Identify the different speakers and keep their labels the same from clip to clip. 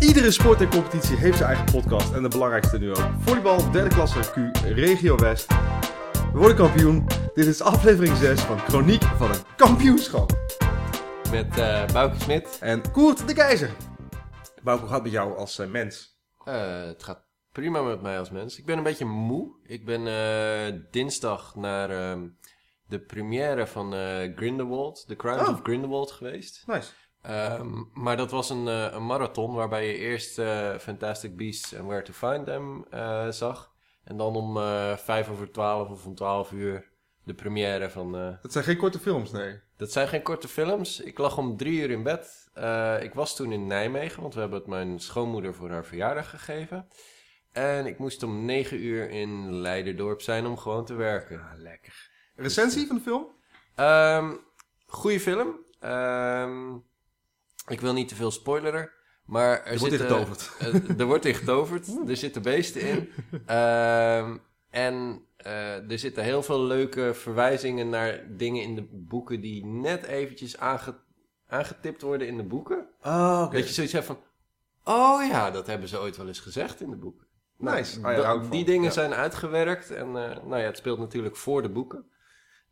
Speaker 1: Iedere sport en competitie heeft zijn eigen podcast en de belangrijkste nu ook. Volleybal, derde klasse, Q, regio West. We worden kampioen. Dit is aflevering 6 van Chroniek van een kampioenschap.
Speaker 2: Met eh Bouke Smit.
Speaker 1: En Koert de Keizer. Bouke, hoe gaat het met jou als eh, mens?
Speaker 2: Eh, het gaat prima met mij als mens. Ik ben een beetje moe. Ik ben eh, dinsdag naar ehm, de première van eh, Grindelwald, The Crimes
Speaker 1: Oh.
Speaker 2: of Grindelwald geweest.
Speaker 1: Nice.
Speaker 2: Ehm, maar dat was een, eh, een marathon waarbij je eerst eh, Fantastic Beasts and Where to Find Them eh, zag. En dan om eh, vijf over twaalf of om twaalf uur de première van... eh,
Speaker 1: Dat zijn geen korte films, nee.
Speaker 2: Dat zijn geen korte films. Ik lag om drie uur in bed. Eh, ik was toen in Nijmegen, want we hebben het mijn schoonmoeder voor haar verjaardag gegeven. En ik moest om negen uur in Leiderdorp zijn om gewoon te werken. lekker.
Speaker 1: Recensie van de film?
Speaker 2: Ehm, goeie film. Ehm, ik wil niet te veel spoileren. Maar er,
Speaker 1: Er wordt
Speaker 2: zitten-
Speaker 1: ingetoverd.
Speaker 2: eh, er wordt ingetoverd. er zitten beesten in. Ehm, en eh, er zitten heel veel leuke verwijzingen naar dingen in de boeken die net eventjes aange- aangetipt worden in de boeken.
Speaker 1: Oh,
Speaker 2: Dat je zoiets hebt van, oh ja, dat hebben ze ooit wel eens gezegd in de boeken. Nou,
Speaker 1: Nice. Ah, ja,
Speaker 2: dat-
Speaker 1: daar hou ik
Speaker 2: die
Speaker 1: van.
Speaker 2: dingen
Speaker 1: Ja.
Speaker 2: zijn uitgewerkt en eh, nou ja, het speelt natuurlijk voor de boeken.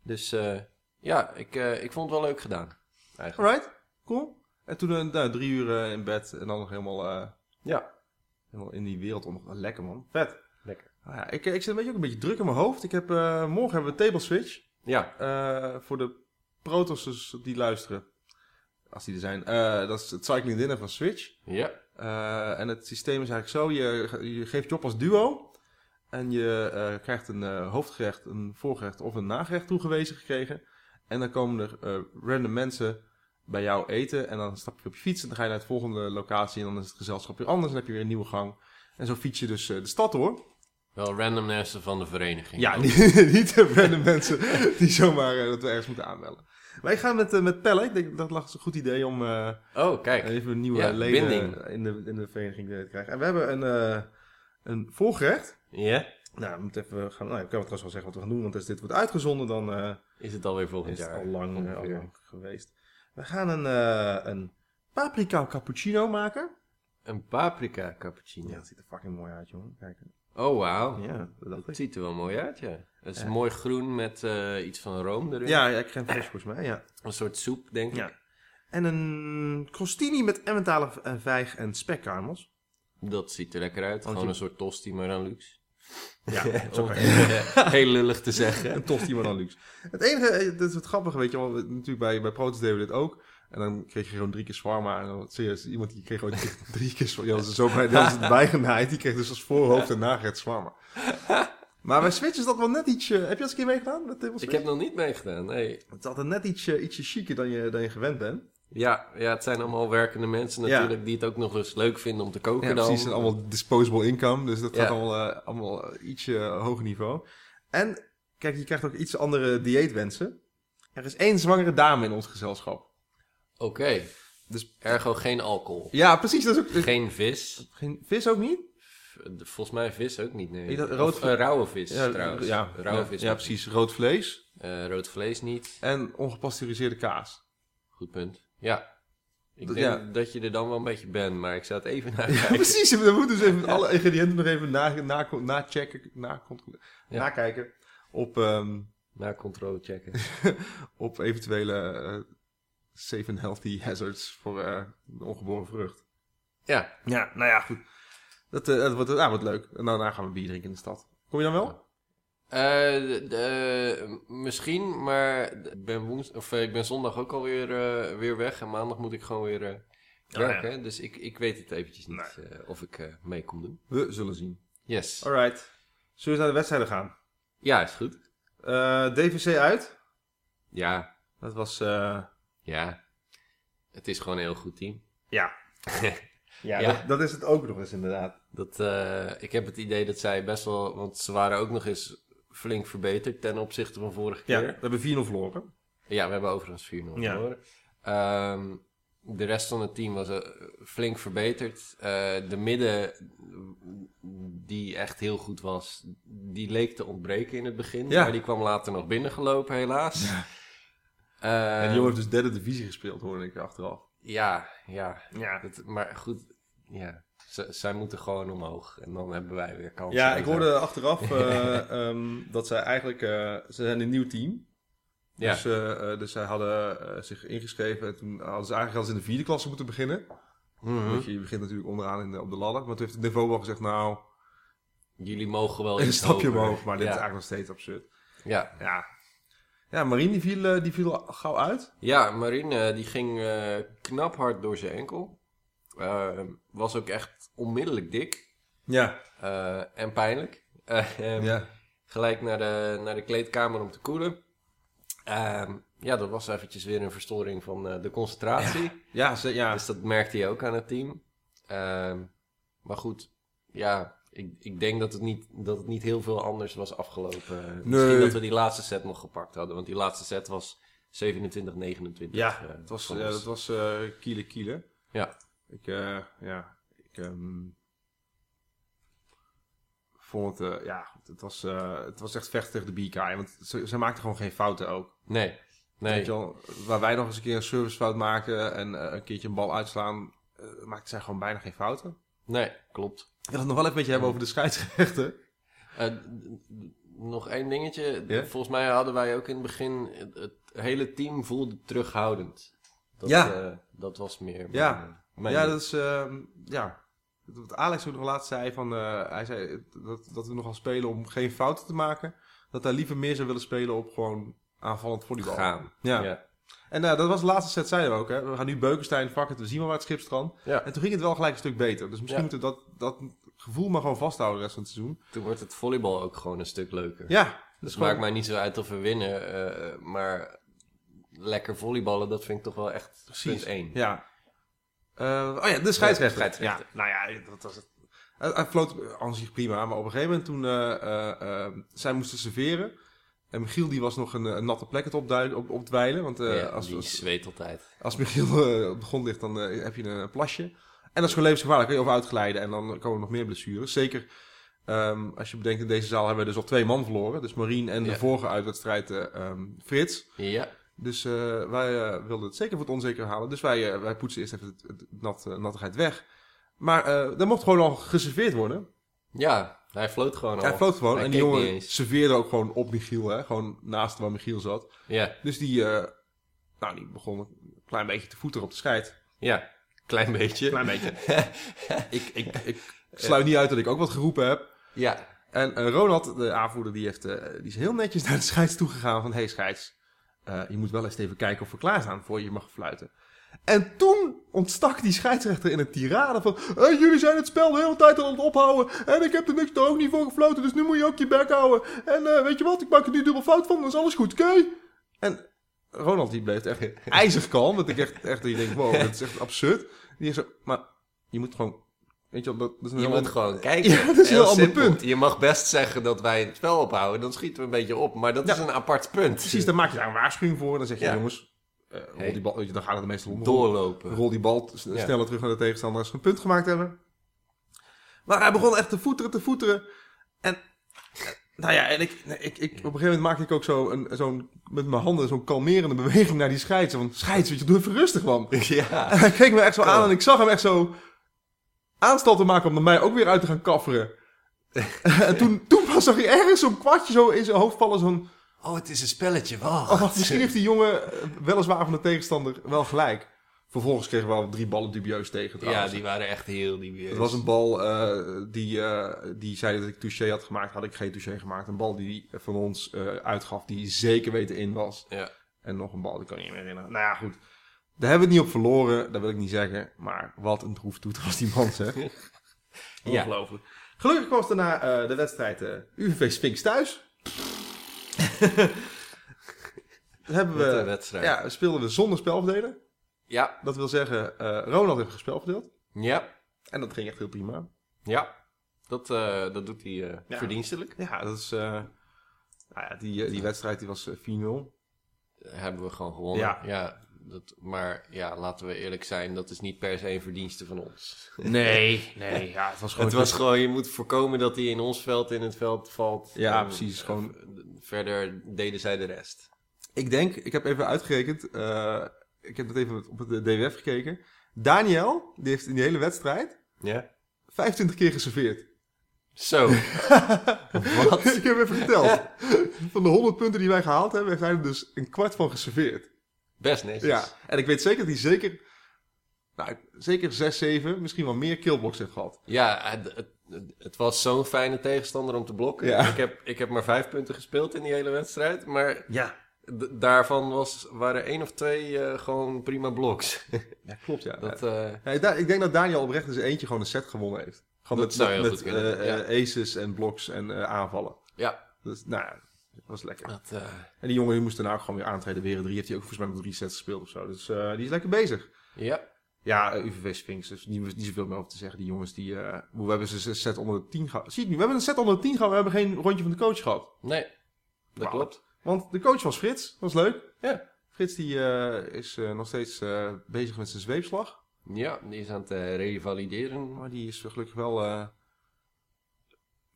Speaker 2: Dus eh, ja, ik, eh, ik vond het wel leuk gedaan. Eigenlijk.
Speaker 1: Alright, cool. En toen eh, nou, drie uur eh, in bed en dan nog helemaal, eh,
Speaker 2: Ja,
Speaker 1: helemaal in die wereld. Om... Lekker man. Vet.
Speaker 2: lekker.
Speaker 1: Ah, ja, ik, ik zit een beetje, ook een beetje druk in mijn hoofd. Ik heb, eh, morgen hebben we een table switch.
Speaker 2: Ja,
Speaker 1: eh, voor de protossers die luisteren. Als die er zijn. Eh, dat is het cycling dinner van Switch.
Speaker 2: ja,
Speaker 1: Eh, en het systeem is eigenlijk zo. Je, ge- je geeft je op als duo. En je eh, krijgt een eh, hoofdgerecht, een voorgerecht of een nagerecht toegewezen gekregen. En dan komen er eh, random mensen bij jou eten. En dan stap je op je fiets en dan ga je naar het volgende locatie. En dan is het gezelschap weer anders. En dan heb je weer een nieuwe gang. En zo fiets je dus eh, de stad door.
Speaker 2: wel randomness van de vereniging.
Speaker 1: Ja, niet, niet de random mensen die zomaar eh, dat we ergens moeten aanbellen. Wij gaan met, eh, met pellen. Ik denk dat lag een goed idee om eh,
Speaker 2: Oh, kijk.
Speaker 1: even een nieuwe
Speaker 2: Ja,
Speaker 1: leden
Speaker 2: binding.
Speaker 1: in de, in de vereniging te krijgen. En we hebben een, eh, een voorgerecht.
Speaker 2: Ja,
Speaker 1: Nou, we moeten even gaan. Nou, ik kan wel trouwens wel zeggen wat we gaan doen, want als dit wordt uitgezonden, dan eh,
Speaker 2: is het alweer
Speaker 1: is
Speaker 2: volgend
Speaker 1: het
Speaker 2: jaar.
Speaker 1: al lang, eh, al
Speaker 2: ongeveer.
Speaker 1: lang geweest. We gaan een, eh, een paprika cappuccino maken.
Speaker 2: Een paprika cappuccino.
Speaker 1: Ja, dat ziet er fucking mooi uit, jongen. Kijk.
Speaker 2: Oh, wauw.
Speaker 1: Ja, dat dacht ik.
Speaker 2: Het ziet er wel mooi uit, ja. Het is
Speaker 1: Ja.
Speaker 2: mooi groen met eh, iets van room erin.
Speaker 1: Ja, ja, crème fraîche volgens mij, ja.
Speaker 2: Een soort soep, denk ik.
Speaker 1: Ja. En een crostini met Emmentaler en vijg en spekkarmels.
Speaker 2: Dat ziet er lekker uit. Gewoon
Speaker 1: je-
Speaker 2: een soort tosti, maar dan luxe.
Speaker 1: Ja,
Speaker 2: Om het even, eh, heel lullig te zeggen.
Speaker 1: Een tosti, maar dan luxe. Het enige, eh, dat is wat grappige, weet je wel. we- Natuurlijk bij, bij Protus deden we dit ook. En dan kreeg je gewoon drie keer zwarma. En dan, serieus, iemand die kreeg gewoon drie keer zwarma. Die hadden ze zo bij, die hadden ze erbij genaaid. Die kreeg dus als voorhoofd en nagerecht zwarma. Maar bij Switch is dat wel net ietsje... Heb je dat eens een keer meegedaan? Met Table
Speaker 2: Ik
Speaker 1: Switch?
Speaker 2: heb nog niet meegedaan, nee.
Speaker 1: Het is altijd net ietsje, ietsje chiquer dan je, dan je gewend bent.
Speaker 2: Ja, ja, het zijn allemaal werkende mensen
Speaker 1: Ja.
Speaker 2: natuurlijk... die het ook nog eens leuk vinden om te koken
Speaker 1: Ja,
Speaker 2: dan.
Speaker 1: precies. En allemaal disposable income. Dus dat
Speaker 2: Ja.
Speaker 1: gaat allemaal, eh, allemaal eh, ietsje eh, hoger niveau. En kijk, je krijgt ook iets andere dieetwensen. Er is één zwangere dame in ons gezelschap.
Speaker 2: Oké,
Speaker 1: Dus
Speaker 2: ergo geen alcohol.
Speaker 1: ja, precies. Dat is ook, dus-
Speaker 2: Geen vis.
Speaker 1: geen vis ook niet?
Speaker 2: V- de- Volgens mij vis ook niet, nee.
Speaker 1: Ik dacht rood
Speaker 2: Of,
Speaker 1: vle-
Speaker 2: eh, rauwe vis
Speaker 1: Ja,
Speaker 2: trouwens.
Speaker 1: Ja,
Speaker 2: rauwe
Speaker 1: ja,
Speaker 2: vis.
Speaker 1: ja,
Speaker 2: mag
Speaker 1: precies. Rood vlees
Speaker 2: niet. Eh, rood vlees niet.
Speaker 1: en ongepasteuriseerde kaas.
Speaker 2: Goed punt. Ja. Ik
Speaker 1: Dat-
Speaker 2: denk
Speaker 1: ja.
Speaker 2: dat je er dan wel een beetje bent, maar ik zou het even naar
Speaker 1: Ja, precies. We moeten dus even alle ingrediënten nog even na- na- nachecken, na, controle-
Speaker 2: Ja.
Speaker 1: nakijken op, ehm,
Speaker 2: Naar controle checken.
Speaker 1: op eventuele eh, safe and healthy hazards voor eh, de ongeboren vrucht.
Speaker 2: Ja,
Speaker 1: Ja, nou ja, goed. Dat, eh, dat wordt, ah, wordt leuk. En daarna gaan we bier drinken in de stad. Kom je dan wel?
Speaker 2: Eh, d- eh, misschien, maar ik ben, woens of, eh, ik ben zondag ook alweer eh, weer weg en maandag moet ik gewoon weer eh, werken. Dus ik, ik weet het eventjes niet eh, of ik eh, mee kom doen.
Speaker 1: We zullen zien.
Speaker 2: Yes.
Speaker 1: Alright. Zullen we eens naar de wedstrijden gaan?
Speaker 2: Ja, is goed.
Speaker 1: Eh, DVC uit.
Speaker 2: Ja,
Speaker 1: Dat was... eh,
Speaker 2: ja. Het is gewoon een heel goed team.
Speaker 1: ja. ja,
Speaker 2: Ja.
Speaker 1: Dat, dat is het ook nog eens inderdaad.
Speaker 2: Dat, eh, ik heb het idee dat zij best wel, want ze waren ook nog eens flink verbeterd ten opzichte van vorige
Speaker 1: Ja,
Speaker 2: keer.
Speaker 1: we hebben 4-0 verloren.
Speaker 2: Ja, we hebben overigens 4-0
Speaker 1: Ja.
Speaker 2: verloren. Ehm, de rest van het team was eh, flink verbeterd. Eh, de midden, die echt heel goed was, die leek te ontbreken in het begin.
Speaker 1: Ja.
Speaker 2: Maar die kwam later nog binnengelopen, helaas. Eh,
Speaker 1: en die jongen heeft dus derde divisie gespeeld, hoorde ik achteraf.
Speaker 2: ja, ja.
Speaker 1: Ja.
Speaker 2: Dat, maar goed, Ja, Z- zij moeten gewoon omhoog. En dan hebben wij weer kans.
Speaker 1: Ja, ik hoorde achteraf eh, ehm, dat zij eigenlijk... eh, ze zijn een nieuw team.
Speaker 2: Ja.
Speaker 1: Dus, eh, eh, dus zij hadden eh, zich ingeschreven. En toen hadden ze eigenlijk hadden ze in de vierde klasse moeten beginnen.
Speaker 2: Mhm.
Speaker 1: Want je, je begint natuurlijk onderaan in de, op de ladder. Maar toen heeft het niveau wel gezegd... Nou,
Speaker 2: Jullie mogen wel
Speaker 1: een
Speaker 2: iets
Speaker 1: stapje
Speaker 2: hoger.
Speaker 1: omhoog. Maar dit
Speaker 2: ja.
Speaker 1: is eigenlijk nog steeds absurd.
Speaker 2: Ja.
Speaker 1: Ja, ja Marien die viel, eh, die viel gauw uit.
Speaker 2: ja, Marine eh, die ging eh, knap hard door zijn enkel. Eh, was ook echt onmiddellijk dik.
Speaker 1: Ja,
Speaker 2: eh, en pijnlijk. Eh, ehm,
Speaker 1: ja.
Speaker 2: Gelijk naar de, naar de kleedkamer om te koelen. Ehm, ja, dat was eventjes weer een verstoring van eh, de concentratie.
Speaker 1: Ja, ze, ja.
Speaker 2: Dus dat merkte hij ook aan het team. Ehm, maar goed, ja, ik, ik denk dat het, niet, dat het niet heel veel anders was afgelopen. Eh, Misschien dat we die laatste set nog gepakt hadden. Want die laatste set was eh, 27, 29.
Speaker 1: Ja, het was, ja, dat was eh kiele kiele.
Speaker 2: Ja.
Speaker 1: Ik, eh, ja, ik ehm, vond het, eh, ja, goed, het was, eh, het was echt vechten tegen de BK. Want ze, ze maakten gewoon geen fouten ook.
Speaker 2: Nee,
Speaker 1: Weet
Speaker 2: nee.
Speaker 1: je wel, waar wij nog eens een keer een servicefout maken en eh, een keertje een bal uitslaan, eh maakten zij gewoon bijna geen fouten.
Speaker 2: Nee, klopt.
Speaker 1: Ik wil het nog wel even met je hebben over de scheidsrechten.
Speaker 2: Eh, d- d- nog één dingetje.
Speaker 1: Ja?
Speaker 2: Volgens mij hadden wij ook in het begin... Het, het hele team voelde terughoudend. Dat,
Speaker 1: Ja.
Speaker 2: eh, dat was meer...
Speaker 1: Ja.
Speaker 2: mijn- mijn-
Speaker 1: ja, dat is, ehm, ja. Wat Alex ook nog laatst zei, van, eh, hij zei dat, dat we nogal spelen om geen fouten te maken. Dat hij liever meer zou willen spelen op gewoon aanvallend volleybal.
Speaker 2: gaan.
Speaker 1: Ja.
Speaker 2: Ja.
Speaker 1: En eh, dat was de laatste set, zeiden we ook. Hè. We gaan nu Beukenstein, fuck it, we zien wel waar het schip strandt.
Speaker 2: Ja.
Speaker 1: En toen ging het wel gelijk een stuk beter. Dus misschien
Speaker 2: Ja.
Speaker 1: moeten we dat, dat gevoel maar gewoon vasthouden de rest van het seizoen.
Speaker 2: Toen wordt het volleybal ook gewoon een stuk leuker.
Speaker 1: Ja,
Speaker 2: Dus
Speaker 1: dus
Speaker 2: het maakt
Speaker 1: gewoon
Speaker 2: mij niet zo uit of we winnen, eh, maar lekker volleyballen, dat vind ik toch wel echt punt één.
Speaker 1: Ja. Eh, oh ja, de scheidsrechter.
Speaker 2: Ja, de scheidsrechter.
Speaker 1: Ja, nou ja, dat was het. Hij, hij floot aan zich prima, maar op een gegeven moment toen eh, eh, eh, zij moesten serveren. En Michiel die was nog een, een natte plek het opduiden, op, opdwijlen. Want eh,
Speaker 2: Ja,
Speaker 1: als,
Speaker 2: die
Speaker 1: als,
Speaker 2: zweet altijd.
Speaker 1: als Michiel eh, op de grond ligt, dan eh, heb je een, plasje. En dat is gewoon levensgevaarlijk. Kun je over uitglijden en dan komen er nog meer blessures. Zeker ehm, als je bedenkt, in deze zaal hebben we dus al twee man verloren. Dus Marien en
Speaker 2: Ja.
Speaker 1: de vorige uitwedstrijd eh, ehm, Frits.
Speaker 2: Ja,
Speaker 1: Dus eh, wij eh, wilden het zeker voor het onzeker halen. Dus wij, eh, wij poetsen eerst even het, het nat, eh, nattigheid weg. Maar eh daar mocht gewoon al geserveerd worden.
Speaker 2: ja hij floot gewoon al.
Speaker 1: Hij floot gewoon.
Speaker 2: Oh, Hij
Speaker 1: en die
Speaker 2: keek
Speaker 1: jongen
Speaker 2: niet eens.
Speaker 1: serveerde ook gewoon op Michiel. Hè? Gewoon naast waar Michiel zat.
Speaker 2: Ja,
Speaker 1: Dus die, eh, nou, die begon een klein beetje te voeten op de scheid.
Speaker 2: ja, klein beetje.
Speaker 1: Klein beetje. ik, ik, ik sluit niet uit dat ik ook wat geroepen heb.
Speaker 2: Ja,
Speaker 1: En eh, Ronald, de aanvoerder, die, heeft, eh, die is heel netjes naar de scheids toegegaan van... hey, scheids, eh, je moet wel eens even kijken of we klaarstaan voor je mag fluiten. En toen ontstak die scheidsrechter in een tirade van... "Hé, jullie zijn het spel de hele tijd aan het ophouden. En ik heb er niks er ook niet voor gefloten, dus nu moet je ook je bek houden. En eh, weet je wat, ik maak er nu dubbel fout van, dan is alles goed, oké? En Ronald, die bleef echt ijzig kalm. Dat ik echt, echt, die denk, wow, dat is echt absurd. Die is zo, maar je moet gewoon... Weet je, wel, dat, dat is een
Speaker 2: je
Speaker 1: heel
Speaker 2: moet
Speaker 1: ander-
Speaker 2: gewoon kijken.
Speaker 1: Ja, dat is een heel ander
Speaker 2: simpel.
Speaker 1: punt.
Speaker 2: Je mag best zeggen dat wij het spel ophouden, dan schieten we een beetje op, maar dat
Speaker 1: Ja.
Speaker 2: is een apart punt.
Speaker 1: Precies, dan maak je daar een waarschuwing voor. En dan zeg je,
Speaker 2: Ja.
Speaker 1: jongens, eh, rol die bal, weet je, dan gaan er de meeste om. Rol,
Speaker 2: Doorlopen.
Speaker 1: rol die bal s-
Speaker 2: Ja.
Speaker 1: sneller terug naar de tegenstander als ze een punt gemaakt hebben. Maar hij begon echt te voeteren, te voeteren. En, nou ja, en ik, nee, ik, ik, op een gegeven moment maakte ik ook zo een, zo'n, met mijn handen zo'n kalmerende beweging naar die scheids. Van, scheids, weet je, doe even rustig, man.
Speaker 2: Ja.
Speaker 1: En hij keek me echt zo aan
Speaker 2: Kalm.
Speaker 1: en ik zag hem echt zo aanstal te maken om naar mij ook weer uit te gaan kafferen. en toen, toen pas zag hij ergens zo'n kwartje zo in zijn hoofd vallen, zo'n
Speaker 2: Oh, het is een spelletje, wacht.
Speaker 1: Oh, misschien heeft die jongen eh, weliswaar van de tegenstander wel gelijk. Vervolgens kregen we al drie ballen dubieus tegen
Speaker 2: Ja,
Speaker 1: trouwens.
Speaker 2: die waren echt heel dubieus.
Speaker 1: Het was een bal eh, die, eh, die zei dat ik touché had gemaakt. Had ik geen touché gemaakt. Een bal die van ons eh, uitgaf die zeker weten in was.
Speaker 2: Ja.
Speaker 1: En nog een bal, die kan ik niet meer herinneren. Nou ja, goed. Daar hebben we het niet op verloren. Dat wil ik niet zeggen. Maar wat een droeftoet was die man zeg.
Speaker 2: Ja.
Speaker 1: Ongelooflijk. Gelukkig was daarna eh, de wedstrijd eh, UVV Sphinx thuis. Dat hebben we...
Speaker 2: Wat een wedstrijd.
Speaker 1: Ja, we speelden we zonder spelverdeler.
Speaker 2: Ja.
Speaker 1: Dat wil zeggen, eh, Ronald heeft gespelverdeeld.
Speaker 2: Ja.
Speaker 1: En dat ging echt heel prima.
Speaker 2: Ja. Dat, eh, dat doet hij eh,
Speaker 1: Ja.
Speaker 2: verdienstelijk.
Speaker 1: Ja, dat is... eh, nou ja, die, eh, die wedstrijd die was eh, 4-0.
Speaker 2: Hebben we gewoon gewonnen.
Speaker 1: Ja.
Speaker 2: Ja. dat, maar ja, laten we eerlijk zijn, dat is niet per se een verdienste van ons.
Speaker 1: Nee, nee. Ja, het was
Speaker 2: het was gewoon, je moet voorkomen dat hij in ons veld in het veld valt.
Speaker 1: Ja,
Speaker 2: En,
Speaker 1: precies,
Speaker 2: eh,
Speaker 1: gewoon-
Speaker 2: v- verder deden zij de rest.
Speaker 1: Ik denk, ik heb even uitgerekend... eh, ik heb net even op het eh, DWF gekeken. Daniel, die heeft in die hele wedstrijd...
Speaker 2: Ja?
Speaker 1: 25 keer geserveerd.
Speaker 2: Zo. Wat?
Speaker 1: ik heb even verteld. Van de 100 punten die wij gehaald hebben, heeft hij er dus een kwart van geserveerd.
Speaker 2: Best netjes.
Speaker 1: Ja, en ik weet zeker dat hij zeker, nou, zeker 6, 7, misschien wel meer killblocks heeft gehad.
Speaker 2: Ja, het, het- het was zo'n fijne tegenstander om te blokken.
Speaker 1: Ja.
Speaker 2: Ik, heb, ik heb maar vijf punten gespeeld in die hele wedstrijd. Maar
Speaker 1: Ja.
Speaker 2: d- daarvan was, waren één of twee eh, gewoon prima bloks.
Speaker 1: Ja, klopt ja.
Speaker 2: Dat, eh,
Speaker 1: Ja, ik da- ik denk dat Daniel oprecht eens eentje gewoon een set gewonnen heeft. Gewoon met,
Speaker 2: Dat zou
Speaker 1: met,
Speaker 2: heel
Speaker 1: met,
Speaker 2: goed kunnen,
Speaker 1: eh, eh, aces en blocks en eh, aanvallen.
Speaker 2: ja,
Speaker 1: Dus, nou ja, dat was lekker.
Speaker 2: dat, eh,
Speaker 1: En die jongen die moest daarna ook gewoon weer aantreden. Weer een drie heeft hij ook volgens mij nog drie sets gespeeld of zo. Dus eh, die is lekker bezig.
Speaker 2: ja.
Speaker 1: Ja, eh, UVV Sphinx, dus niet, niet zoveel meer over te zeggen. Die jongens, die, eh, we hebben ze een set onder de 10 gehad. Zie je het nu, we hebben een set onder de 10 gehad, we hebben geen rondje van de coach gehad.
Speaker 2: Nee, dat
Speaker 1: Wauw.
Speaker 2: klopt.
Speaker 1: Want de coach was Frits, dat was leuk.
Speaker 2: Ja.
Speaker 1: Frits die, eh, is eh, nog steeds eh, bezig met zijn zweepslag.
Speaker 2: ja, die is aan het eh, revalideren.
Speaker 1: Maar die is gelukkig wel eh,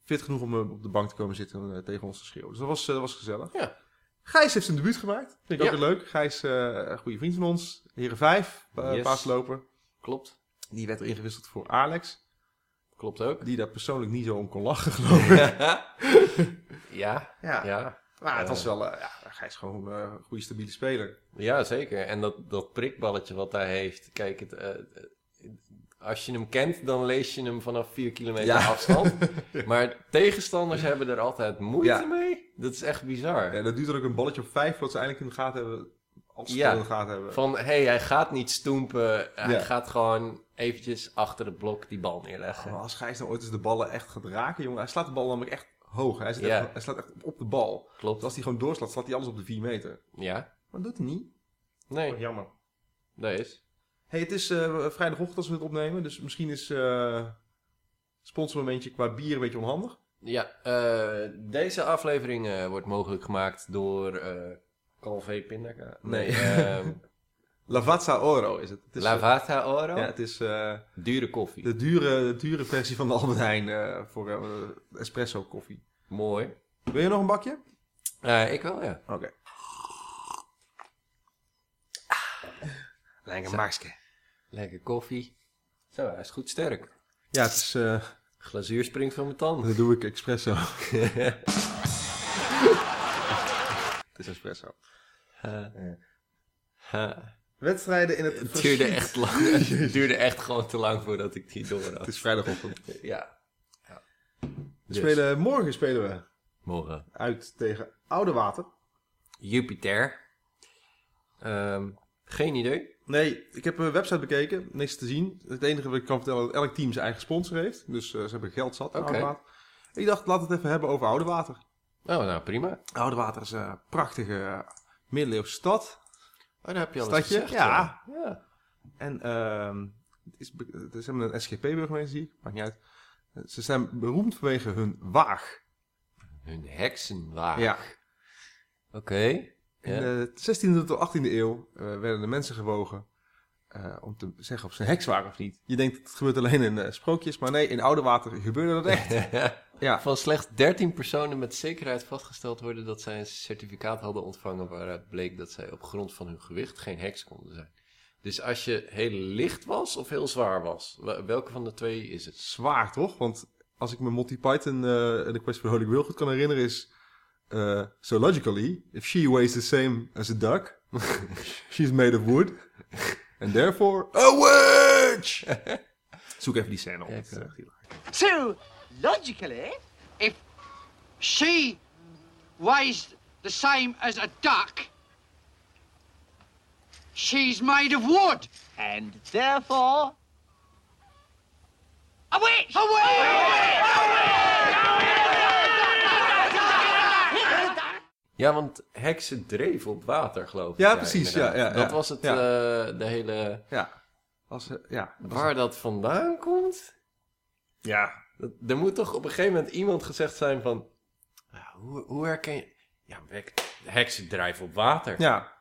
Speaker 1: fit genoeg om eh, op de bank te komen zitten en eh, tegen ons te schreeuwen. Dus dat was, eh, dat was gezellig.
Speaker 2: Ja.
Speaker 1: Gijs heeft zijn debuut gemaakt. Vind ik ook
Speaker 2: Ja.
Speaker 1: weer leuk. Gijs, eh, een goede vriend van ons. Heren 5, eh,
Speaker 2: Yes.
Speaker 1: paasloper.
Speaker 2: Klopt,
Speaker 1: Die werd ingewisseld voor Alex.
Speaker 2: klopt ook.
Speaker 1: Die daar persoonlijk niet zo om kon lachen, geloof ik.
Speaker 2: ja,
Speaker 1: Ja.
Speaker 2: ja.
Speaker 1: Maar het was
Speaker 2: Eh.
Speaker 1: wel... eh, ja, Gijs is gewoon eh, een goede, stabiele speler.
Speaker 2: Ja, zeker. En dat, dat prikballetje wat hij heeft. Kijk, het, eh, eh, als je hem kent, dan lees je hem vanaf 4 kilometer
Speaker 1: Ja.
Speaker 2: afstand. Maar tegenstanders hebben er altijd moeite
Speaker 1: Ja.
Speaker 2: mee. Dat is echt bizar.
Speaker 1: Ja, dat duurt dan ook een balletje op vijf, voordat ze eindelijk in de gaten hebben... Als ze
Speaker 2: Ja.
Speaker 1: het in de gaten hebben.
Speaker 2: Van, hé, hey, hij gaat niet stoempen. Hij
Speaker 1: Ja.
Speaker 2: gaat gewoon eventjes achter het blok die bal neerleggen.
Speaker 1: Maar als Gijs nou ooit eens de ballen echt gaat raken, jongen. Hij slaat de bal namelijk echt hoog. Hij, zit
Speaker 2: Ja.
Speaker 1: echt, hij slaat echt op de bal. Want
Speaker 2: Klopt.
Speaker 1: als hij gewoon doorslaat, slaat hij alles op de 4 meter.
Speaker 2: Ja?
Speaker 1: Maar dat doet hij niet.
Speaker 2: Nee,
Speaker 1: jammer.
Speaker 2: dat is.
Speaker 1: hey, het is eh, vrijdagochtend als we het opnemen. Dus misschien is eh sponsormomentje qua bier een beetje onhandig.
Speaker 2: Ja, eh, deze aflevering eh, wordt mogelijk gemaakt door... eh Calvé Pindaka?
Speaker 1: Nee.
Speaker 2: ehm,
Speaker 1: Lavazza Oro is het. het is,
Speaker 2: Lavata Oro?
Speaker 1: eh, ja, het is eh,
Speaker 2: Dure koffie.
Speaker 1: de, dure, de dure versie van de Albert Heijn eh, voor eh, espresso koffie.
Speaker 2: Mooi.
Speaker 1: Wil je nog een bakje?
Speaker 2: Eh, ik wel, ja.
Speaker 1: Oké. Lekker maakske.
Speaker 2: Lekker koffie. Zo, hij is goed sterk.
Speaker 1: Ja, het is, eh,
Speaker 2: Glazuur springt van mijn tanden.
Speaker 1: dat doe ik espresso. het is espresso.
Speaker 2: Ha.
Speaker 1: Ja.
Speaker 2: Ha.
Speaker 1: Wedstrijden in het
Speaker 2: Eh, Het
Speaker 1: verschiet.
Speaker 2: duurde echt lang. Het duurde echt gewoon te lang voordat ik die door
Speaker 1: Het
Speaker 2: had.
Speaker 1: is vrijdagochtend. We
Speaker 2: Ja. ja. Dus,
Speaker 1: spelen, morgen spelen we
Speaker 2: Morgen.
Speaker 1: uit tegen Oudewater.
Speaker 2: Jupiter. Ehm, geen idee.
Speaker 1: Nee, ik heb een website bekeken. Niks te zien. Het enige wat ik kan vertellen is dat elk team zijn eigen sponsor heeft. Dus eh, ze hebben geld zat aan
Speaker 2: Oké.
Speaker 1: Oudewater. Ik dacht, laat het even hebben over Oudewater.
Speaker 2: Oh, nou prima.
Speaker 1: Oudewater is een prachtige eh, middeleeuwse stad.
Speaker 2: Oh, daar heb je al eens
Speaker 1: Stadje?
Speaker 2: gezegd.
Speaker 1: Ja.
Speaker 2: hoor. ja.
Speaker 1: En ehm het is, be- het is helemaal een SGP-burgemeester, zie ik. Maakt niet uit. Ze zijn beroemd vanwege hun waag.
Speaker 2: Hun heksenwagen.
Speaker 1: Ja.
Speaker 2: Oké.
Speaker 1: In
Speaker 2: Ja.
Speaker 1: de 16e tot 18e eeuw eh, werden de mensen gewogen eh, om te zeggen of ze een heks waren of niet. Je denkt, het gebeurt alleen in eh, sprookjes, maar nee, in Oudewater gebeurde dat echt. Ja.
Speaker 2: Van slechts 13 personen met zekerheid vastgesteld worden dat zij een certificaat hadden ontvangen waaruit bleek dat zij op grond van hun gewicht geen heks konden zijn. Dus als je heel licht was of heel zwaar was, wa- welke van de twee is het?
Speaker 1: Zwaar toch? Want als ik me Monty Python eh, en de Quest for the Holy Grail goed kan herinneren is... eh, so logically, if she weighs the same as a duck, she's made of wood. And therefore, a witch! Zoek even die scène op.
Speaker 2: Kijk,
Speaker 1: Het is
Speaker 2: eh.
Speaker 1: echt hilarisch.
Speaker 3: So, logically, if she weighs the same as a duck, she's made of wood. And therefore. A witch! A witch!
Speaker 2: Ja, want heksen dreven op water, geloof ik.
Speaker 1: Ja, precies, ja,
Speaker 2: inderdaad.
Speaker 1: ja, ja.
Speaker 2: Dat was het,
Speaker 1: Ja.
Speaker 2: eh, de hele...
Speaker 1: ja. Als, eh, ja.
Speaker 2: Waar dat vandaan komt?
Speaker 1: ja,
Speaker 2: Dat, er moet toch op een gegeven moment iemand gezegd zijn van... "Ja, Hoe, hoe herken je... Ja, hek- heksen drijven op water.
Speaker 1: Ja.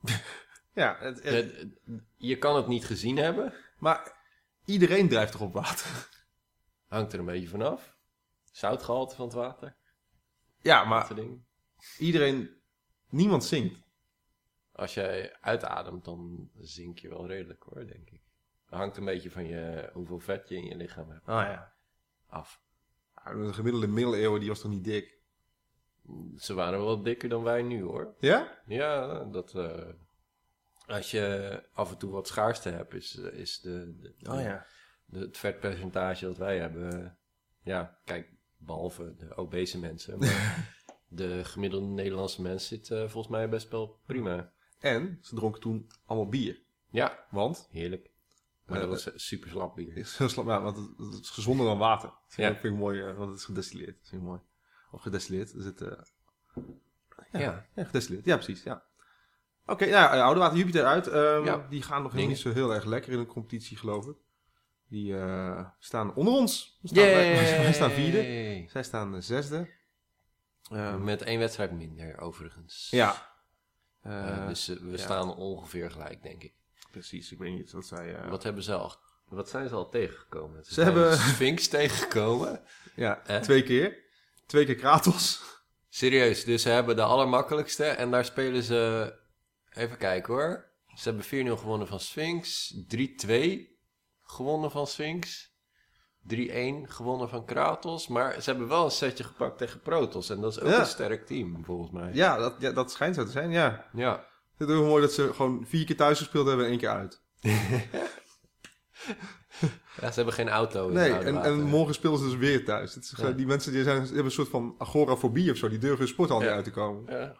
Speaker 1: ja, het- het-
Speaker 2: Eh, Je kan het niet gezien hebben.
Speaker 1: maar iedereen drijft toch op water?
Speaker 2: Hangt er een beetje vanaf. Zoutgehalte van het water.
Speaker 1: ja,
Speaker 2: Dat
Speaker 1: maar
Speaker 2: soort dingen.
Speaker 1: iedereen... Niemand zingt.
Speaker 2: Als jij uitademt, dan zink je wel redelijk hoor, denk ik. hangt een beetje van je, hoeveel vet je in je lichaam hebt
Speaker 1: Ah ja.
Speaker 2: af.
Speaker 1: De gemiddelde middeleeuwen die was toch niet dik?
Speaker 2: Ze waren wel dikker dan wij nu hoor.
Speaker 1: Ja?
Speaker 2: Ja, dat. eh, als je af en toe wat schaarste hebt, is, is de, de-
Speaker 1: Oh
Speaker 2: de- het vetpercentage dat wij hebben. eh, Ja, kijk, behalve de obese mensen. Maar de gemiddelde Nederlandse mens zit eh, volgens mij best wel prima.
Speaker 1: En ze dronken toen allemaal bier.
Speaker 2: Ja,
Speaker 1: Want,
Speaker 2: heerlijk. Maar
Speaker 1: Eh,
Speaker 2: dat was eh, super slap bier.
Speaker 1: is heel slap, ja, want het, het is gezonder dan water. Dat vind,
Speaker 2: Ja.
Speaker 1: ik- vind ik mooi, eh, want het is gedestilleerd. Dat vind ik mooi. Of gedestilleerd. Er zit, eh, ja, ja.
Speaker 2: Ja.
Speaker 1: gedestilleerd. Ja, precies. Ja. Oké, nou, ja, oude water Jupiter uit. Ehm,
Speaker 2: Ja.
Speaker 1: Die gaan nog
Speaker 2: Dingen.
Speaker 1: niet zo heel erg lekker in de competitie, geloof ik. Die eh, staan onder ons. nou We staan, wij- wij
Speaker 2: Yay!
Speaker 1: staan vierde. Zij staan eh, zesde.
Speaker 2: Eh,
Speaker 1: Ehm,
Speaker 2: Met één wedstrijd minder, overigens.
Speaker 1: ja.
Speaker 2: Eh,
Speaker 1: Eh,
Speaker 2: dus eh, we
Speaker 1: ja.
Speaker 2: staan ongeveer gelijk, denk ik.
Speaker 1: Precies, ik weet niet wat zij... eh,
Speaker 2: Wat hebben ze al? Wat zijn ze al tegengekomen? Ze,
Speaker 1: Ze
Speaker 2: zijn
Speaker 1: hebben-
Speaker 2: de Sphinx tegengekomen.
Speaker 1: ja,
Speaker 2: Eh?
Speaker 1: twee keer. Twee keer Kratos.
Speaker 2: Serieus, dus ze hebben de allermakkelijkste en daar spelen ze. Even kijken hoor. Ze hebben 4-0 gewonnen van Sphinx. 3-2 gewonnen van Sphinx. 3-1 gewonnen van Kratos. Maar ze hebben wel een setje gepakt tegen Protos. En dat is ook
Speaker 1: Ja.
Speaker 2: een sterk team, volgens mij.
Speaker 1: Ja dat, ja, dat schijnt zo te zijn, ja.
Speaker 2: ja.
Speaker 1: Het is heel mooi dat ze gewoon vier keer thuis gespeeld hebben en één keer uit.
Speaker 2: Ja, ze hebben geen auto. in
Speaker 1: Nee,
Speaker 2: het oude
Speaker 1: en,
Speaker 2: water.
Speaker 1: en morgen spelen ze dus weer thuis. Het is,
Speaker 2: nou, Ja.
Speaker 1: Die mensen die zijn, die hebben een soort van agorafobie of zo. Die durven hun sporthal niet
Speaker 2: Ja.
Speaker 1: uit te komen.
Speaker 2: Ja.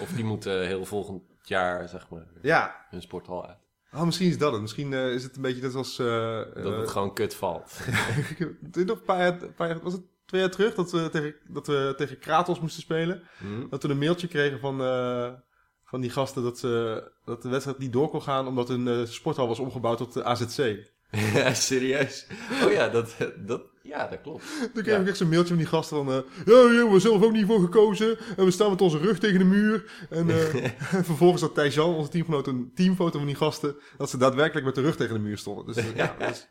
Speaker 2: Of die moeten heel volgend jaar, zeg maar,
Speaker 1: Ja,
Speaker 2: hun sporthal uit.
Speaker 1: ah, misschien is dat het. Misschien eh, is het een beetje net als... eh,
Speaker 2: Dat het
Speaker 1: eh,
Speaker 2: gewoon kut valt.
Speaker 1: ik heb- dit nog een paar jaar, een paar jaar- was het twee jaar terug dat we tegen, dat we tegen Kratos moesten spelen?
Speaker 2: Hm?
Speaker 1: Dat we een mailtje kregen van, eh, van die gasten dat, ze, dat de wedstrijd niet door kon gaan... omdat hun eh, sporthal was omgebouwd tot de AZC.
Speaker 2: Ja, serieus. Oh ja, dat, dat, ja, dat klopt.
Speaker 1: Toen kreeg
Speaker 2: Ja.
Speaker 1: ik echt zo'n mailtje van die gasten van... eh ja, we hebben er zelf ook niet voor gekozen. En we staan met onze rug tegen de muur. En eh, vervolgens had Thijs Jan, onze teamgenoot, een teamfoto van die gasten... dat ze daadwerkelijk met de rug tegen de muur stonden. Dus eh, ja, dat is,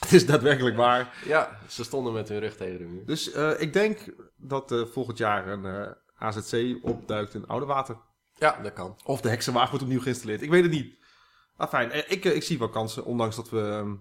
Speaker 1: het is daadwerkelijk waar.
Speaker 2: Ja, ze stonden met hun rug tegen de muur.
Speaker 1: Dus eh, ik denk dat eh, volgend jaar een eh, AZC opduikt in Oudewater.
Speaker 2: Ja, dat kan.
Speaker 1: Of de heksenwaag wordt opnieuw geïnstalleerd. Ik weet het niet. Ah, fijn. eh, ik, eh, ik zie wel kansen, ondanks dat we ehm,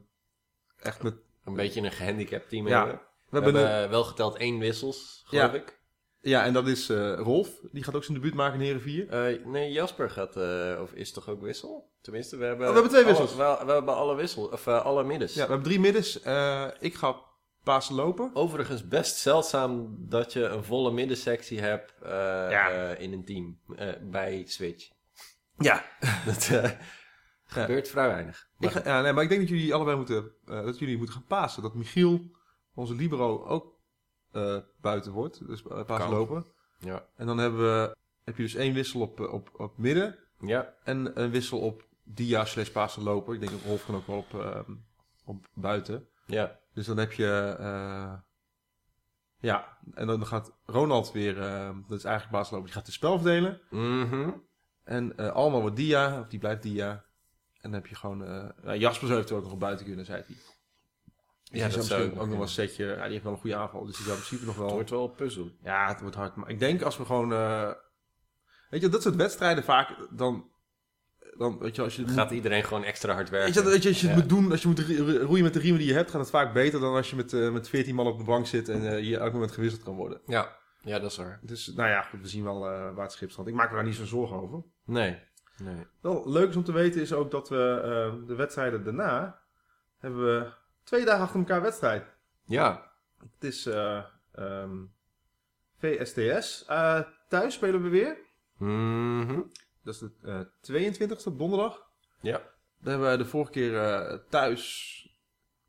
Speaker 1: echt met...
Speaker 2: Een beetje een gehandicapt team
Speaker 1: Ja,
Speaker 2: hebben.
Speaker 1: We
Speaker 2: We
Speaker 1: hebben
Speaker 2: hebben
Speaker 1: een-
Speaker 2: eh, wel geteld één wissels, geloof
Speaker 1: Ja.
Speaker 2: ik.
Speaker 1: ja, en dat is eh, Rolf. Die gaat ook zijn debuut maken in Herenvier.
Speaker 2: Eh, nee, Jasper gaat, eh, of is toch ook wissel? Tenminste, we hebben...
Speaker 1: Oh, we hebben twee
Speaker 2: alle-
Speaker 1: wissels.
Speaker 2: we, we hebben alle wissels, of eh, alle middens.
Speaker 1: Ja, we hebben drie middens. Eh, ik ga Pasen lopen.
Speaker 2: Overigens best zeldzaam dat je een volle middensectie hebt eh,
Speaker 1: Ja.
Speaker 2: eh, in een team eh, bij Switch.
Speaker 1: Ja.
Speaker 2: Dat eh, gebeurt vrij weinig.
Speaker 1: Ik ga, ja, nee, maar ik denk dat jullie allebei moeten, eh, dat jullie moeten gaan Pasen. Dat Michiel, onze libero, ook eh, buiten wordt. Dus eh, Pasen
Speaker 2: Kan.
Speaker 1: lopen.
Speaker 2: Ja.
Speaker 1: En dan hebben we, heb je dus één wissel op, eh, op, op midden.
Speaker 2: ja,
Speaker 1: En een wissel op dia slash Pasen lopen. Ik denk dat Rolf kan ook wel op, eh, op buiten.
Speaker 2: ja.
Speaker 1: Dus dan heb je... eh, ja, en dan gaat Ronald weer, eh, dat is eigenlijk Pasen lopen, die gaat het spel verdelen. Oh.
Speaker 2: Mhm.
Speaker 1: En eh allemaal wordt dia, of die blijft dia. En dan heb je gewoon... eh, nou, Jasper zou eventueel ook nog op buiten kunnen, zei hij. Dus die
Speaker 2: dat zou
Speaker 1: misschien
Speaker 2: ik
Speaker 1: ook nog wel een
Speaker 2: kunnen.
Speaker 1: setje... Ja, die heeft wel een goede aanval, dus die zou in principe nog wel...
Speaker 2: Het wordt wel een puzzel.
Speaker 1: Ja, het wordt hard. Maar ik denk als we gewoon... eh, weet je, dat soort wedstrijden vaak dan... dan weet je, als je het
Speaker 2: Gaat
Speaker 1: moet,
Speaker 2: iedereen gewoon extra hard
Speaker 1: weet
Speaker 2: werken?
Speaker 1: je, weet je, als je het
Speaker 2: Ja.
Speaker 1: moet doen, als je moet ri- roeien met de riemen die je hebt, gaat het vaak beter dan als je met, eh, met 14 man op de bank zit en eh, je elk moment gewisseld kan worden.
Speaker 2: Ja. ja, dat is waar.
Speaker 1: Dus nou ja, goed, we zien wel eh, waar het schip staat. Ik maak me daar niet zo'n zorgen over.
Speaker 2: Nee. nee.
Speaker 1: Wel leuk is om te weten is ook dat we eh, de wedstrijden daarna hebben we twee dagen achter elkaar wedstrijd.
Speaker 2: Ja.
Speaker 1: Het is eh, ehm, VSTS. Eh, thuis spelen we weer.
Speaker 2: Mhm.
Speaker 1: Dat is de eh, 22e donderdag.
Speaker 2: Ja.
Speaker 1: Daar hebben we de vorige keer eh, thuis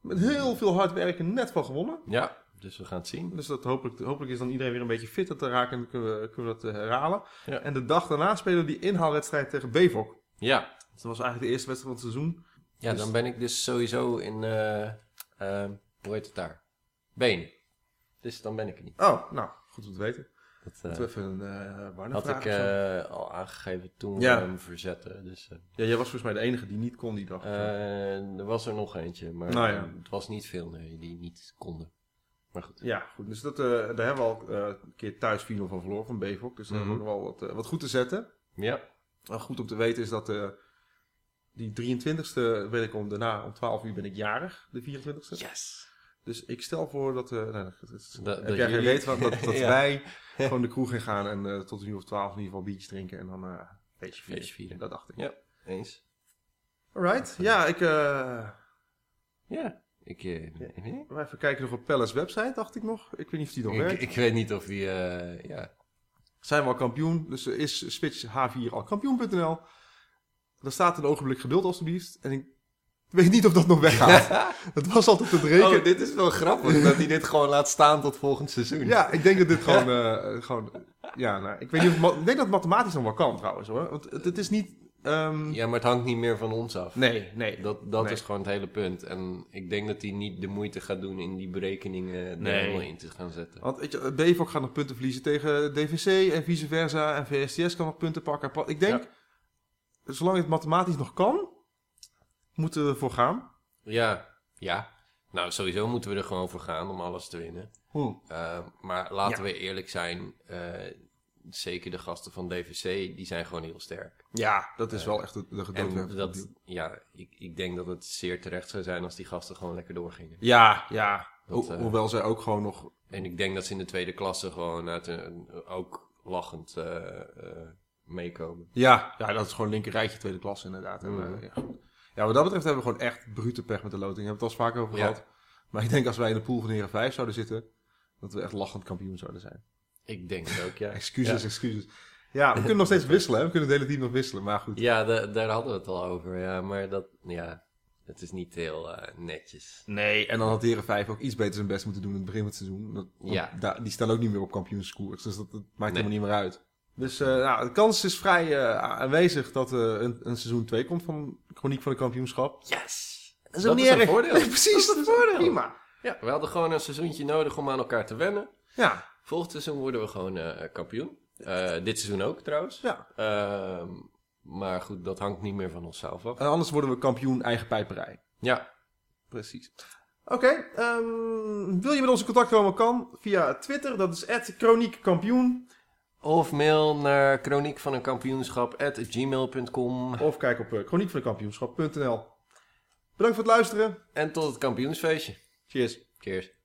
Speaker 1: met heel veel hard werken net van gewonnen.
Speaker 2: ja, dus we gaan het zien.
Speaker 1: Dus dat hopelijk, hopelijk is dan iedereen weer een beetje fitter te raken en kunnen we, kunnen we dat eh, herhalen.
Speaker 2: Ja.
Speaker 1: En de dag daarna spelen we die inhaalwedstrijd tegen Bevok.
Speaker 2: Ja,
Speaker 1: Dus dat was eigenlijk de eerste wedstrijd van het seizoen.
Speaker 2: ja
Speaker 1: Dus-
Speaker 2: dan ben ik dus sowieso in, eh, eh, hoe heet het daar? Been. Dus dan ben ik er niet.
Speaker 1: Oh, nou, goed om te weten.
Speaker 2: Dat, eh,
Speaker 1: Moeten we even een eh Warner
Speaker 2: Had
Speaker 1: vragen
Speaker 2: ik
Speaker 1: of zo?
Speaker 2: eh, al aangegeven toen
Speaker 1: Ja.
Speaker 2: we hem verzetten. Dus, eh,
Speaker 1: Ja, jij was volgens mij de enige die niet kon die dag.
Speaker 2: eh, er was er nog eentje, maar
Speaker 1: Nou ja.
Speaker 2: eh, het was niet veel nee, die niet konden. Maar goed.
Speaker 1: ja, goed. Dus dat, eh, daar hebben we al eh, een keer thuis 4-0 van verloren van Bevok. Dus daar
Speaker 2: Mhm.
Speaker 1: hebben we nog wel wat, eh, wat goed te zetten.
Speaker 2: Ja,
Speaker 1: Wat goed om te weten is dat eh, Die 23e weet ik om daarna, om 12 uur ben ik jarig, de 24e.
Speaker 2: Yes!
Speaker 1: Dus ik stel voor dat, eh nou, dat, dat,
Speaker 2: Dat-
Speaker 1: heb
Speaker 2: dat
Speaker 1: jij geen
Speaker 2: jullie-
Speaker 1: weet van, dat, dat
Speaker 2: Ja.
Speaker 1: wij gewoon de kroeg in gaan en eh, tot een uur of 12 in ieder geval biertjes drinken en dan eh, een feestje vieren.
Speaker 2: Feestje vieren.
Speaker 1: Dat dacht ik.
Speaker 2: Ja, eens.
Speaker 1: Alright, ja, ik, eh,
Speaker 2: Ja, ik, eh,
Speaker 1: maar even kijken nog op Palace website, dacht ik nog. Ik weet niet of die nog
Speaker 2: ik,
Speaker 1: werkt.
Speaker 2: ik weet niet of die... eh, ja.
Speaker 1: Zijn we al kampioen, dus eh, is Switch H4 al kampioen.nl. Daar staat een ogenblik geduld alstublieft. En ik weet niet of dat nog weggaat. dat was altijd het reken.
Speaker 2: Oh, dit is wel grappig dat hij dit gewoon laat staan tot volgend seizoen.
Speaker 1: Ja, ik denk dat dit gewoon... eh, gewoon ja, nou, ik, weet niet of, het ma- ik denk dat het mathematisch nog wel kan trouwens hoor. Want het, het is niet... ehm,
Speaker 2: Ja, maar het hangt niet meer van ons af.
Speaker 1: Nee, nee.
Speaker 2: Dat, dat
Speaker 1: Nee.
Speaker 2: is gewoon het hele punt. En ik denk dat hij niet de moeite gaat doen in die berekeningen er
Speaker 1: Nee.
Speaker 2: helemaal in te gaan zetten.
Speaker 1: Want weet je, Bevok gaat nog punten verliezen tegen DVC en vice versa. En VSTS kan nog punten pakken. Pa- Ik denk, zolang het mathematisch nog kan, moeten we ervoor gaan.
Speaker 2: Ja, ja. Nou, sowieso moeten we er gewoon voor gaan om alles te winnen. Eh, maar laten we eerlijk zijn, eh, zeker de gasten van DVC, die zijn gewoon heel sterk.
Speaker 1: Ja, dat is wel echt de, de
Speaker 2: En
Speaker 1: gedoodverf.
Speaker 2: dat, ja, ik, ik denk dat het zeer terecht zou zijn als die gasten gewoon lekker doorgingen.
Speaker 1: Ja, ja.
Speaker 2: Dat,
Speaker 1: Ho-
Speaker 2: eh,
Speaker 1: hoewel zij ook gewoon nog...
Speaker 2: En ik denk dat ze in de tweede klasse gewoon uit een, ook lachend eh, eh, meekomen.
Speaker 1: Ja, ja, dat is gewoon linker rijtje tweede klasse inderdaad. En,
Speaker 2: Mhm.
Speaker 1: eh, ja. goed. ja, wat dat betreft hebben we gewoon echt brute pech met de loting. We hebben het al eens vaker over
Speaker 2: Ja.
Speaker 1: gehad. Maar ik denk als wij in de pool van Heren 5 zouden zitten, dat we echt lachend kampioen zouden zijn.
Speaker 2: Ik denk het ook, ja.
Speaker 1: Excuses, excuses. Ja, we kunnen nog steeds wisselen. Hè? We kunnen het hele team nog wisselen. Maar goed,
Speaker 2: Ja, da- daar hadden we het al over. Ja, maar dat, ja, het is niet heel eh, netjes.
Speaker 1: Nee, en dan had Heren 5 ook iets beter zijn best moeten doen in het begin van het seizoen. Dat, want
Speaker 2: Ja.
Speaker 1: daar- die staan ook niet meer op kampioenscours, dus dat, dat maakt
Speaker 2: Nee.
Speaker 1: helemaal niet meer uit. Dus eh, nou, de kans is vrij eh, aanwezig dat eh, een, een seizoen 2 komt van Chroniek van het Kampioenschap.
Speaker 2: Yes! Dat
Speaker 1: is
Speaker 2: is,
Speaker 1: ook niet
Speaker 2: een
Speaker 1: erg.
Speaker 2: voordeel.
Speaker 1: Nee, precies, dat
Speaker 2: dat is een
Speaker 1: is
Speaker 2: voordeel.
Speaker 1: prima.
Speaker 2: Ja, we hadden gewoon een seizoentje nodig om aan elkaar te wennen.
Speaker 1: Ja,
Speaker 2: Volgend seizoen worden we gewoon eh, kampioen. Eh, dit seizoen ook trouwens.
Speaker 1: ja.
Speaker 2: Ehm, maar goed, dat hangt niet meer van onszelf af.
Speaker 1: En anders worden we kampioen eigen pijperij.
Speaker 2: Ja,
Speaker 1: Precies. Oké, ehm, wil je met ons in contact komen? Kan via Twitter, dat is @chroniekkampioen.
Speaker 2: of mail naar chroniek van een kampioenschap at gmail.com.
Speaker 1: Of kijk op uh, chroniekvankampioenschap.nl. Bedankt voor het luisteren.
Speaker 2: En tot het kampioensfeestje.
Speaker 1: Cheers.
Speaker 2: Cheers.